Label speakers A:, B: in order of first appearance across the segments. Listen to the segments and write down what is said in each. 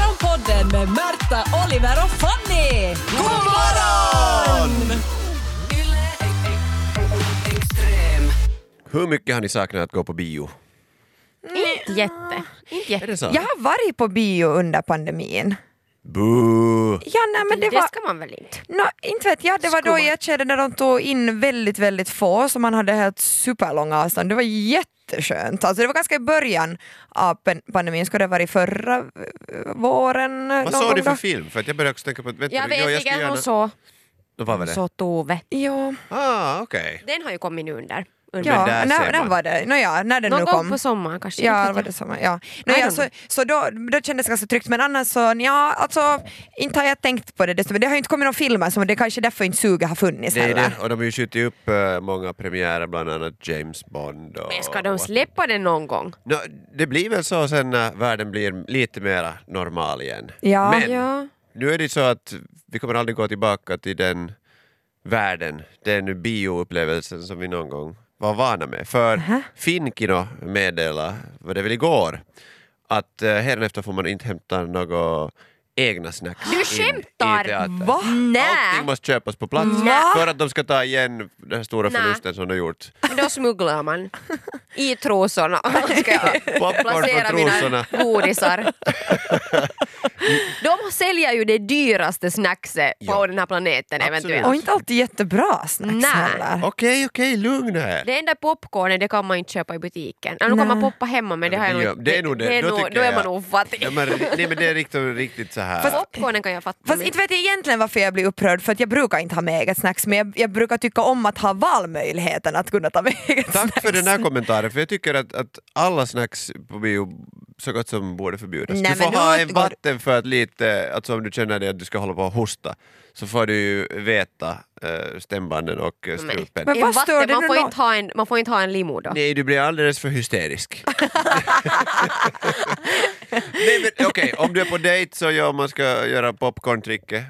A: Morgonpodden med Märta, Oliver och Fanny! God
B: morgon!
C: Hur mycket har ni saknat att gå på bio?
D: Inte jätte. Inte
C: Är
D: jätte.
C: det så?
B: Jag har varit på bio under pandemin.
C: Boo.
B: Ja, nej, men det,
D: Det,
B: var...
D: ska man väl inte?
B: Nå, inte vet jag, det var då
D: Skål.
B: i ett skede när de tog in väldigt, väldigt få så man hade helt superlånga avstånd. Det var jätteskönt. Alltså det var ganska i början av pan- pandemin, skulle det ha varit förra eh, våren? någon
C: Vad såg du
B: gång
C: för
B: då?
C: film? För att jag började också tänka på... Vänta,
D: Jag vet
C: jo,
D: inte,
C: skulle
D: jag hon
C: gärna-
D: så,
C: Vad var väl det?
D: så Tove.
B: Ja,
C: Ah, okej.
D: Den har ju kommit nu under. under.
B: ja
C: där ser
B: när, när
C: man.
B: var det? Nåja, när den
D: Någon
B: nu
D: gång
B: kom.
D: på sommaren kanske.
B: Ja,
D: inte
B: det
D: vet
B: var
D: jag.
B: detsamma. Ja.
D: I
B: Nej,
D: don't
B: alltså,
D: know.
B: så då, då kändes det ganska tryggt men annars så, ja, alltså, inte har jag tänkt på det desto mer. Det har ju inte kommit några filmer så det är kanske därför inte suget har funnits
C: Det är
B: heller.
C: det. Och de har ju skjutit upp eh, många premiärer, bland annat James Bond och...
D: Men ska de släppa den någon gång?
C: Nå, det blir väl så sen när världen blir lite mera normal igen.
B: Ja.
C: Men
D: Ja.
C: nu är det så att vi kommer aldrig gå tillbaka till den världen, den bioupplevelsen som vi någon gång var vana med. För Finkino meddelade, var det väl igår, att eh, hädanefter får man inte hämta några egna snacks
D: Du
C: in
D: skämtar!
C: i teatern.
B: Va?
D: Nej!
C: Allting måste köpas på plats
B: Va?
C: för att de ska ta igen den här stora
D: Nä.
C: förlusten som de gjort.
D: Men Då smugglar man i trosorna. Ska jag
C: Popcorn
D: placera
C: från trosorna.
D: mina godisar. De säljer ju det dyraste snackset på
C: Ja.
D: den här planeten
C: Absolut.
D: eventuellt.
B: Och inte alltid jättebra snacks
D: Nej.
B: heller.
C: Okej, okej, lugna här.
D: Det enda popcornen det kan man inte köpa i butiken. Ja, nu
B: Nej.
D: kan man poppa hemma men det har
C: Ja,
D: jag
C: men det
D: nog
C: gör- det är nog det. Då
D: nog-
C: tycker
D: Då är
C: jag-
D: man nog
C: Ja,
D: fattig.
C: men, nej men det är riktigt, riktigt så här.
D: Popcornen kan jag fatta.
B: Fast
D: men-
B: inte vet jag egentligen varför jag blir upprörd för att jag brukar inte ha med eget snacks men jag, jag brukar tycka om att ha valmöjligheten att kunna ta med eget
C: Tack
B: snacks.
C: för den här kommentaren, för jag tycker att, att alla snacks på bio så gott som borde förbjudas.
B: Nej,
C: du får
B: men
C: ha
B: nu
C: en
B: går-
C: vatten för att lite, alltså om du känner det att du ska hålla på och hosta, så får du ju veta eh, stämbanden och eh, strupen.
B: Men
D: En
B: vad stör
D: vatten,
B: det
D: man,
B: nu
D: får
B: då?
D: inte ha en, man får inte ha en limo då.
C: Nej, du blir alldeles för hysterisk. Nej men okej, om du är på dejt så ja, man ska göra popcorntricket.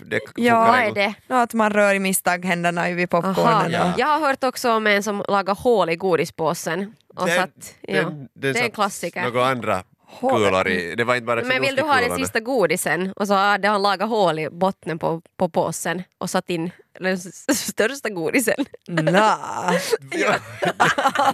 C: Det
B: Ja,
D: Vad
C: funkar
D: är
C: ändå.
D: det?
B: Nå, att man rör i misstag händerna ju vid
D: Aha.
B: popcornen.
C: Ja.
B: Ja.
D: Jag har hört också om en som lagar hål i godispåsen. Och
C: Den-
D: satt, ja.
C: den- den
D: det är en
C: satt
D: klassiker.
C: Några andra
B: Hålet.
C: kulor i. Det var inte bara
D: Men vill du ha den
C: kinoskukulorna.
D: sista godisen och så hade han lagat hål i botten på, på påsen och satt in den s- största godisen.
B: Nå,
C: Ja.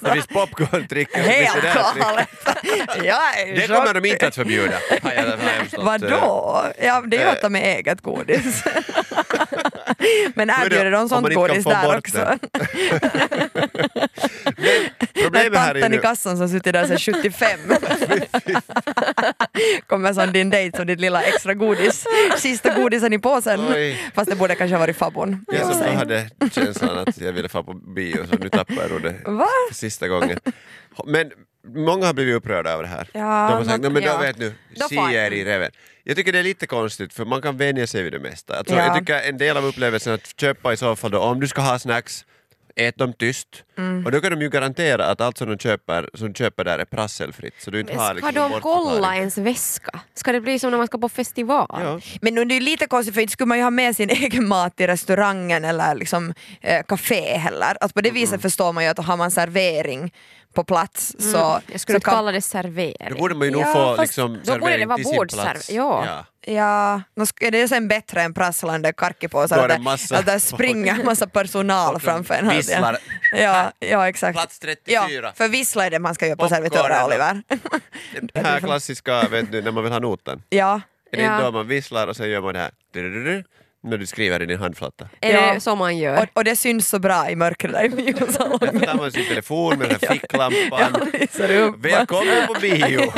C: det finns popcorntricket. och det
B: helt
C: finns det där tricket.
B: galet. Jag är i
C: Det kommer
B: chock.
C: de inte att förbjuda. har jag- har jag förstått.
B: Vadå?
C: eh,
B: Ja, det är ju att ta med eget godis. Men erbjuder de
C: om man
B: sånt
C: inte kan
B: godis
C: få
B: där
C: bort
B: också?
C: Problemet här är
B: tanten i
C: ju...
B: kassan som suttit där sedan 75 kommer som din dejt som ditt lilla extra godis, sista godisen i påsen.
C: Oj.
B: Fast det borde kanske ha varit fabbon. i och
C: Jag
B: för
C: som
B: sig.
C: hade känslan att jag ville få på bio så nu tappar jag då det
B: Va?
C: för sista gången. Men många har blivit upprörda över det här.
B: Ja,
C: de har sagt,
B: något-
C: "Nej, men
D: ja.
C: då vet nu,
D: Då
C: si
D: far-
C: er i reven. Jag tycker det är lite konstigt för man kan vänja sig vid det mesta. Alltså,
B: Ja.
C: Jag tycker en del av upplevelsen att köpa i så fall då, om du ska ha snacks, ät dem tyst.
D: Mm.
C: Och då kan de ju garantera att allt som de köper, som du köper där är prasselfritt. Så du inte har
D: Ska
C: liksom
D: de
C: bortförklaring.
D: kolla ens väska? Ska det bli som när man ska på festival? Mm.
C: Ja.
B: Men nu är det är ju lite konstigt för inte skulle man ju ha med sin egen mat till restaurangen eller liksom eh, café heller. Att på det viset förstår man ju att har man servering på plats
C: Mm.
B: så,
D: Jag skulle
B: så
D: inte
B: kan
D: kalla det
C: Då
D: servering.
C: borde man ju nog
B: Ja,
C: få
B: fast
C: liksom,
D: då borde det
C: servering
D: vara
C: till sin
D: bordsserv-
C: plats.
D: ja.
B: Ja, nå sk- är det sen bättre än prasslande karkipåsar?
C: Då är det
B: Att
C: massa
B: att där springer massa personal
C: Och de
B: framför en. hela
C: visslar.
B: tiden. Ja, ja, exakt.
C: Plats 34.
B: Ja, för vissla är det man ska göra på
C: Popcornen.
B: servitörer, Oliver.
C: Den här klassiska, vet du, när man vill ha notan.
B: ja.
C: Är det
D: Ja.
C: inte då man visslar och sen gör man det här drrrr, när du skriver i din handflata?
D: Är
B: Ja.
D: det så man gör?
B: Och, och det syns så bra i mörkret där i biosalongen.
C: Därför tar man sin telefon med den här
B: Ja,
C: ficklampan.
B: lyser upp.
C: Välkommen på bio!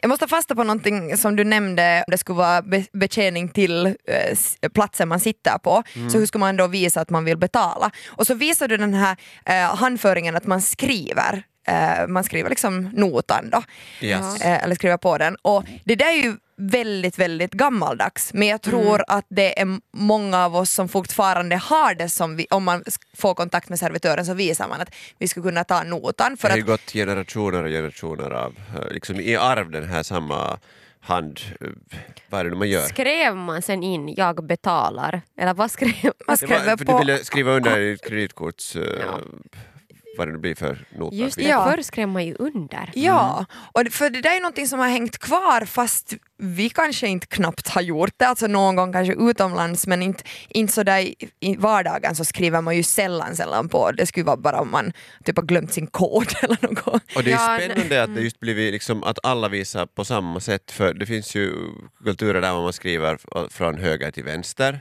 B: Jag måste ta fasta på någonting som du nämnde, det skulle vara be- betjäning till eh, s- platsen man sitter på. Så hur ska man då visa att man vill betala? Och så visar du den här eh, handföringen att man skriver, eh, man skriver liksom notan då.
C: Yes.
B: Eh, eller skriver på den. Och det där är ju väldigt, väldigt gammaldags. Men jag tror att det är många av oss som fortfarande har det som vi, om man s- får kontakt med servitören så visar man att vi skulle kunna ta notan.
C: Det
B: För
C: har
B: att
C: ju gått generationer och generationer av, eh, liksom i arv den här samma hand... eh, Vad är det nu man gör?
D: Skrev man sen in jag betalar? Eller vad skrev man?
B: man
C: Det var,
B: skriver
C: för
B: på...
C: du ville skriva under ditt kreditkorts... eh, vad det nu blir för nota.
D: Just det,
B: Ja.
D: förr skrev man ju under.
C: Mm.
B: Ja, och det- för det där är ju någonting som har hängt kvar fast vi kanske inte knappt har gjort det, alltså någon gång kanske utomlands men inte, inte sådär i, i vardagen så skriver man ju sällan sällan på, det skulle vara bara om man typ har glömt sin kod eller något.
C: Och det är ju
D: Ja,
C: spännande att det
B: mm.
C: just blivit liksom att alla visar på samma sätt för det finns ju kulturer där man skriver f- från höger till vänster.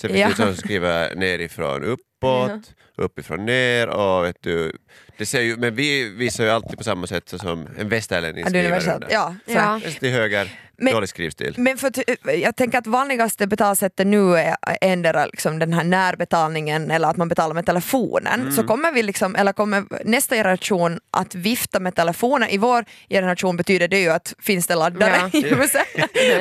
C: Sen finns
B: Ja.
C: det sådana som skriver nerifrån uppåt, uppifrån ner och vet du, det ser ju, men vi visar ju alltid på samma sätt så som en västerlänning
B: Ja, det är
C: skriver
B: universellt.
C: under.
B: Ja, så.
D: Ja.
C: Vänster till höger,
B: Men-
C: dålig skrivstil.
B: Men för att, eh, jag tänker att vanligaste betalsättet nu är ändra liksom den här närbetalningen eller att man betalar med telefonen. Så kommer vi liksom, eller kommer nästa generation att vifta med telefonen? I vår generation betyder det ju att finns det laddare
D: Ja.
B: i huset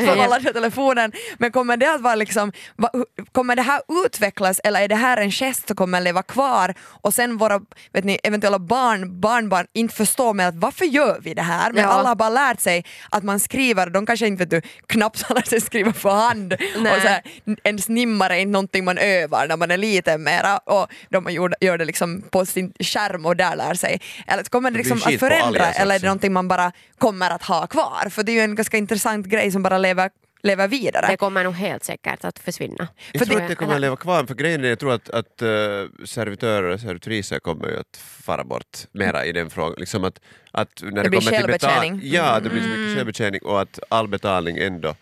B: får man ladda telefonen. Men kommer det att vara liksom, va, hu- kommer det här utvecklas eller är det här en gest som kommer leva kvar och sen våra vet ni, eventuella barn, barnbarn inte förstår med att varför gör vi det här? Men
D: Ja.
B: alla har bara lärt sig att man skriver, de kanske inte vet du, knappt har lärt sig skriva för hand.
D: Nej.
B: Och så här, ens nimmar är inte någonting man övar när man är liten mera och de gör, gör det liksom på sin skärm och där lär sig. Eller kommer det
C: Det blir
B: liksom att
C: skit på
B: förändra
C: alias
B: eller är det
C: också.
B: någonting man bara kommer att ha kvar? För det är ju en ganska intressant grej som bara lever, lever vidare.
D: Det kommer nog helt säkert att försvinna.
C: Jag
B: för
C: tror
B: det-
C: att det kommer att leva kvar, för grejen är jag tror att, att eh, servitörer och servitriser kommer ju att fara bort mera i den frågan. Liksom att, att när det,
B: blir
C: kommer till
B: självbetjäning. Mm.
C: betal- Ja, det blir så mycket självbetjäning och att all betalning ändå eh,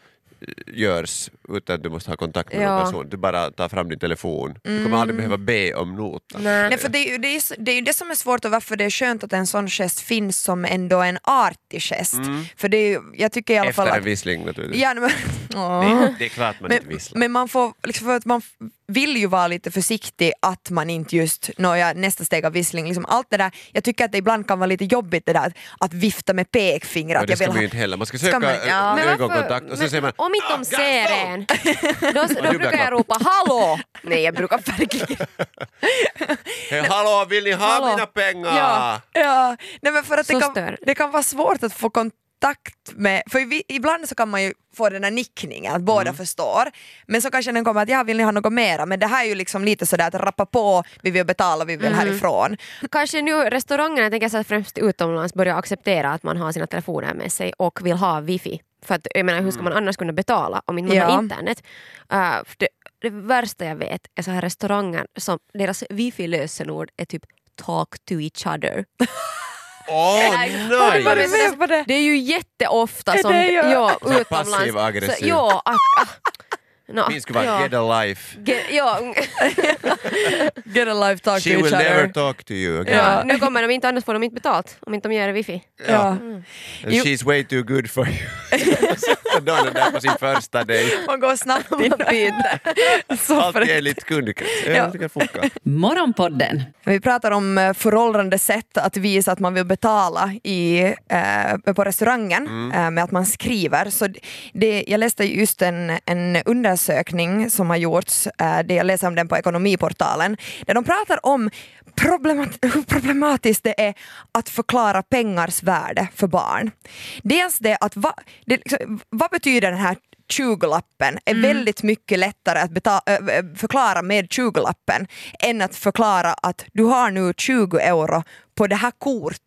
C: görs utan att du måste ha kontakt med
D: Ja.
C: någon person. Du bara tar fram din telefon. Du kommer aldrig behöva be om notan.
D: Nej.
B: Mm. Nej, för det, är ju- det, är, ju s- det är ju det som är svårt och varför det är skönt att en sån gest finns som ändå en artig gest. För det är, ju- jag tycker i alla fall
C: Mm. Efter en
B: att...
C: vissling naturligtvis.
B: Ja, men, Åh.
C: Det, det är klart man inte
B: men,
C: visslar.
B: men man får, liksom, för att man f- vill ju vara lite försiktig att man inte just, nåja, nästa steg av vissling, liksom allt det där, jag tycker att det ibland kan vara lite jobbigt det där att, att vifta med pekfingret.
C: Ja, det
B: jag
C: ska
B: vill
C: man
B: ha-
C: ju inte heller. Man ska
B: Ska
C: söka
B: man- ja.
C: eh,
B: Men
C: ögonkontakt och sen säger man "Ah,
D: om inte de ser en, då,
C: dubbla
D: då brukar
C: klapp.
D: jag ropa hallå! Nej jag brukar verkligen...
C: Hej, hallå, vill ni ha
D: Hallå.
C: mina pengar?
D: Ja.
B: Ja, nej men för att det
D: Så
B: kan,
D: stör.
B: det kan vara svårt att få kontakt med, för vi, ibland så kan man ju få den här nickningen att
C: Mm.
B: båda förstår, men så kanske den kommer att ja vill ni ha något mera, men det här är ju liksom lite sådär att rappa på, vi vill betala, vi
C: Mm.
B: vill härifrån.
D: Kanske nu restaurangerna, tänker jag så här, främst utomlands, börjar acceptera att man har sina telefoner med sig och vill ha wifi. För att, jag menar, hur ska man
C: Mm.
D: annars kunna betala om inte man
B: Ja.
D: har internet? Uh, för det, det värsta jag vet är så här restauranger som deras wifi-lösenord är typ talk to each other.
C: Åh,
D: Har du
C: Oh, nice!
D: varit med på det? Det är ju jätteofta
B: Är
D: som
B: det jag?
D: ja,
C: här
D: utomlands.
C: passiv-aggressiv.
D: Så- Ja, att, ah, no,
C: Min skulle vara
D: ja,
C: get a life.
D: ge- ja,
B: Get a life talk
C: She
B: to
C: will
B: each
C: never
B: other.
C: talk to you again.
B: Ja.
D: Nu kommer de inte, annars får de inte betalt om inte de gör wifi.
B: Ja.
C: And
B: Jo.
C: she's way too good for you. Sitter Donald där på sin första dejt.
B: Man går snabbt in och byter. Så
C: Alltid
B: för,
C: enligt kundkrets.
B: Ja.
C: Ja. Det kan funka.
A: Morgonpodden
B: vi pratar om eh, föråldrande sätt att visa att man vill betala i, eh, på restaurangen eh, med att man skriver. Så d- det, jag läste just en, en undersökning som har gjorts, eh, det jag läser om den på Ekonomiportalen, där de pratar om problemat- hur problematiskt det är att förklara pengars värde för barn. Dels det att va, det, liksom, vad betyder den här 20-lappen är väldigt mycket lättare att beta- ö, ö, förklara med 20-lappen än att förklara att du har nu 20 euro på det här kortet.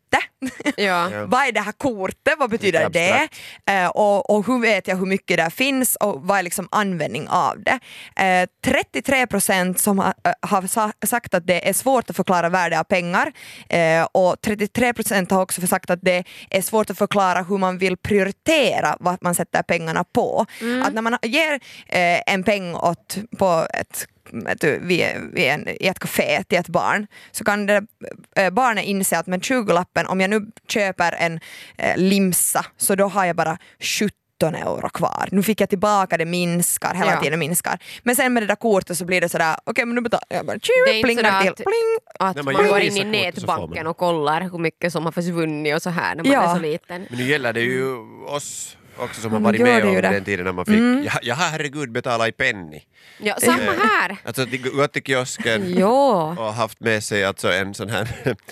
D: Ja.
B: vad är det här kortet, vad betyder
C: Lite
B: det? Eh, och, och hur vet jag hur mycket där finns och vad är liksom användning av det? Eh, 33 procent som ha, ö, har sa, sagt att det är svårt att förklara värde av pengar eh, och 33 procent har också sagt att det är svårt att förklara hur man vill prioritera vad man sätter pengarna på.
D: Mm.
B: Att när man ger eh, en peng åt, på ett vet du, vid, vid en, i ett café till ett barn så kan det, eh, barnet inse att med 20-lappen, om jag nu köper en eh, limsa så då har jag bara 17 euro kvar. Nu fick jag tillbaka det minskar, hela
D: Ja.
B: tiden minskar. Men sen med det där kortet så blir det sådär, okej men nu betalar jag bara,
D: Det är
B: tju,
D: inte
B: plingar
D: sådär
B: till,
D: att-
B: pling.
D: Att
C: När man
D: man,
C: gör
D: går in
C: vissa
D: i
C: kort så får man.
D: nätbanken och kollar hur mycket som har försvunnit och så här när man
B: Ja.
D: är så liten.
C: Men nu gäller det ju oss också som
B: Ja,
C: har
B: men
C: varit
B: Mm, gör
C: med
B: det
C: om
B: ju det. Mm.
C: den tiden när man fick, jag, jag har herregud betalat i penny.
D: Ja, samma
C: Eh,
D: här!
C: Alltså att gått till kiosken
D: Jo.
C: och haft med sig alltså en sån här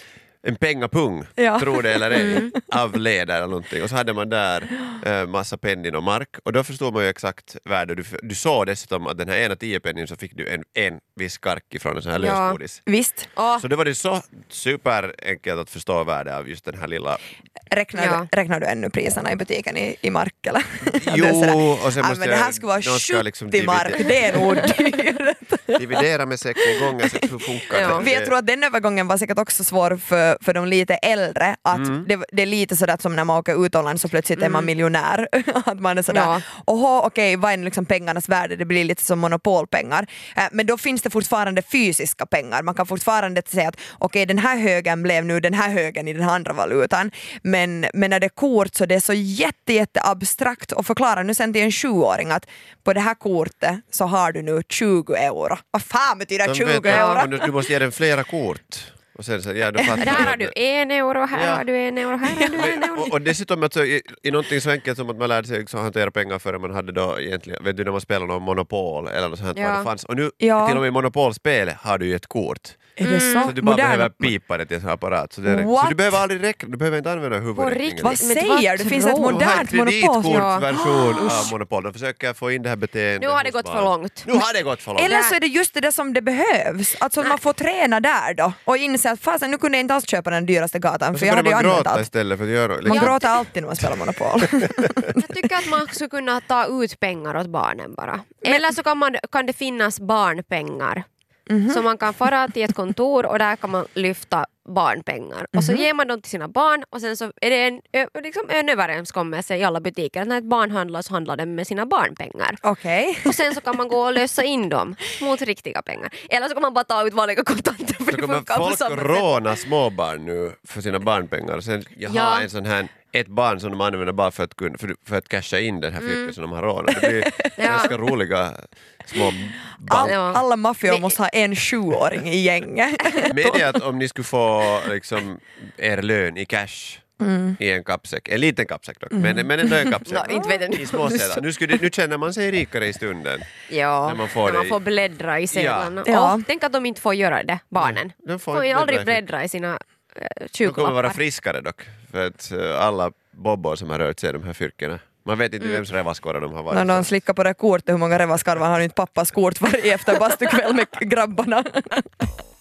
C: en pengapung,
B: Ja.
C: tro det eller ej,
D: Mm.
C: av läder eller någonting. Och så hade man där eh, massa pennin och mark och då förstod man ju exakt värde. Du, du såg dessutom att den här ena tiopennin så fick du en, en viss kark från en sån här
D: Ja.
C: lösgodis.
B: Visst,
D: Åh,
C: Så det var det så superenkelt att förstå värdet av just den här lilla...
B: räknar,
D: Ja.
B: räknar du ännu priserna i butiken i, i mark eller? Att du är sådär,
C: Jo, och sen
B: "Ah,
C: måste
B: men det här
C: jag...
B: skulle vara
C: någon
B: 70
C: liksom
B: mark,
C: divide-
B: det är nog dyrt.
C: Dividera med 16 gånger, så hur funkar
D: Ja.
C: det?
B: För jag tror att den övergången var säkert också svår för, för de lite äldre. Att
C: Mm.
B: det, det är lite sådär som när man åker utomlands så plötsligt är man miljonär. att man är
D: Ja.
B: sådär, oho okej vad är nu liksom pengarnas värde? Det blir lite som monopolpengar. Eh, Men då finns det fortfarande fysiska pengar. Man kan fortfarande säga att okej den här högen blev nu den här högen i den här andra valutan. Men, men när det är kort så det är så jätte, jätte abstrakt att förklara nu sen till en sjuåring att på det här kortet så har du nu 20 euro. Vad fan betyder
C: De
B: 20
C: vet att-
B: euro?
C: men du, du måste ge den flera kort. Och sen så, ja, då fattar
D: Där har
C: man.
D: du en euro, här
C: Ja.
D: har du en euro, här har du en
C: Men-
D: euro.
C: och, och dessutom alltså, i, i någonting så enkelt som att man lärde sig liksom, hantera pengar före man hade då egentligen, vet du när man spelade någon Monopol eller något sånt här,
D: Ja.
C: vad det fanns. Och nu
B: Ja.
C: till och med i Monopolspel har du ju ett kort.
B: Är det så?
C: Så du bara
B: Moderna-
C: behöver pipa det till en sån här apparat. Så, det är, så
B: What?
C: du behöver aldrig räkna, du behöver inte använda huvudräkningen.
D: riktigt?
B: Vad
D: Men vad
B: säger du? Finns det ett
D: tror-
C: De har en
B: modernt monopol?
C: kreditkortsversion av Monopol. De försöker få in det här beteendet
D: Nu har det
C: hos
D: gått
C: barn.
D: för långt.
C: Nu har det gått för långt!
B: Eller så är det just det där som det behövs, alltså att man får träna där då och inse att fasen nu kunde jag inte alls köpa den dyraste gatan
C: och så
B: för
C: börjar
B: jag hade ju
C: man
B: använt
C: gråta
B: allt.
C: istället för att göra
B: Man
C: liksom.
B: gråter alltid när man spelar Monopol.
D: Jag tycker att man skulle kunna ta ut pengar åt barnen bara. Eller så kan, man, kan det finnas barnpengar. Så man kan fara till ett kontor och där kan man lyfta barnpengar. Och så ger man dem till sina barn och sen så är det en, ö- liksom en överenskommelse i alla butiker att när ett barn handlar så handlar den med sina barnpengar.
B: Okej.
D: Och sen så kan man gå och lösa in dem mot riktiga pengar. Eller så kan man bara ta ut vanliga kontanter för
C: Så
D: det
C: kommer
D: funkar på
C: folk
D: samma sätt.
C: råna småbarn nu för sina barnpengar. Sen, jag har
D: Ja.
C: en sån här, ett barn som de använder bara för att, kunna, för, för att casha in den här
D: Mm.
C: fyrken som de har rånat. Det blir ganska roliga små
B: All,
C: band.
D: Ja.
B: alla maffior
D: Men-
B: måste ha en sjuåring i gänget.
C: Medge att om ni skulle få liksom, er lön i cash i en kappsäck, en liten kappsäck dock, men, men ändå en kappsäck.
D: Nå, Mm. inte vet jag nu.
C: I små sedlar. nu, skulle, nu känner man sig rikare i stunden.
D: Ja,
C: När man får det i-
D: bläddra i sedlarna.
B: Ja.
D: Åh, tänk att de inte får göra det, barnen.
C: Nej, de får
D: får ju
C: inte
D: aldrig
C: bläddra i
D: bläddra i sina eh,
C: De kommer vara
D: tjugolappar.
C: friskare dock, för att eh, alla bobbor som har rört sig i de här fyrkorna, man vet inte
D: Mm.
C: vems revaskorre de har varit.
B: När
C: från.
B: någon slickar på det här kortet, hur många revaskarvar har inte pappas kort varje efter bastukväll med grabbarna?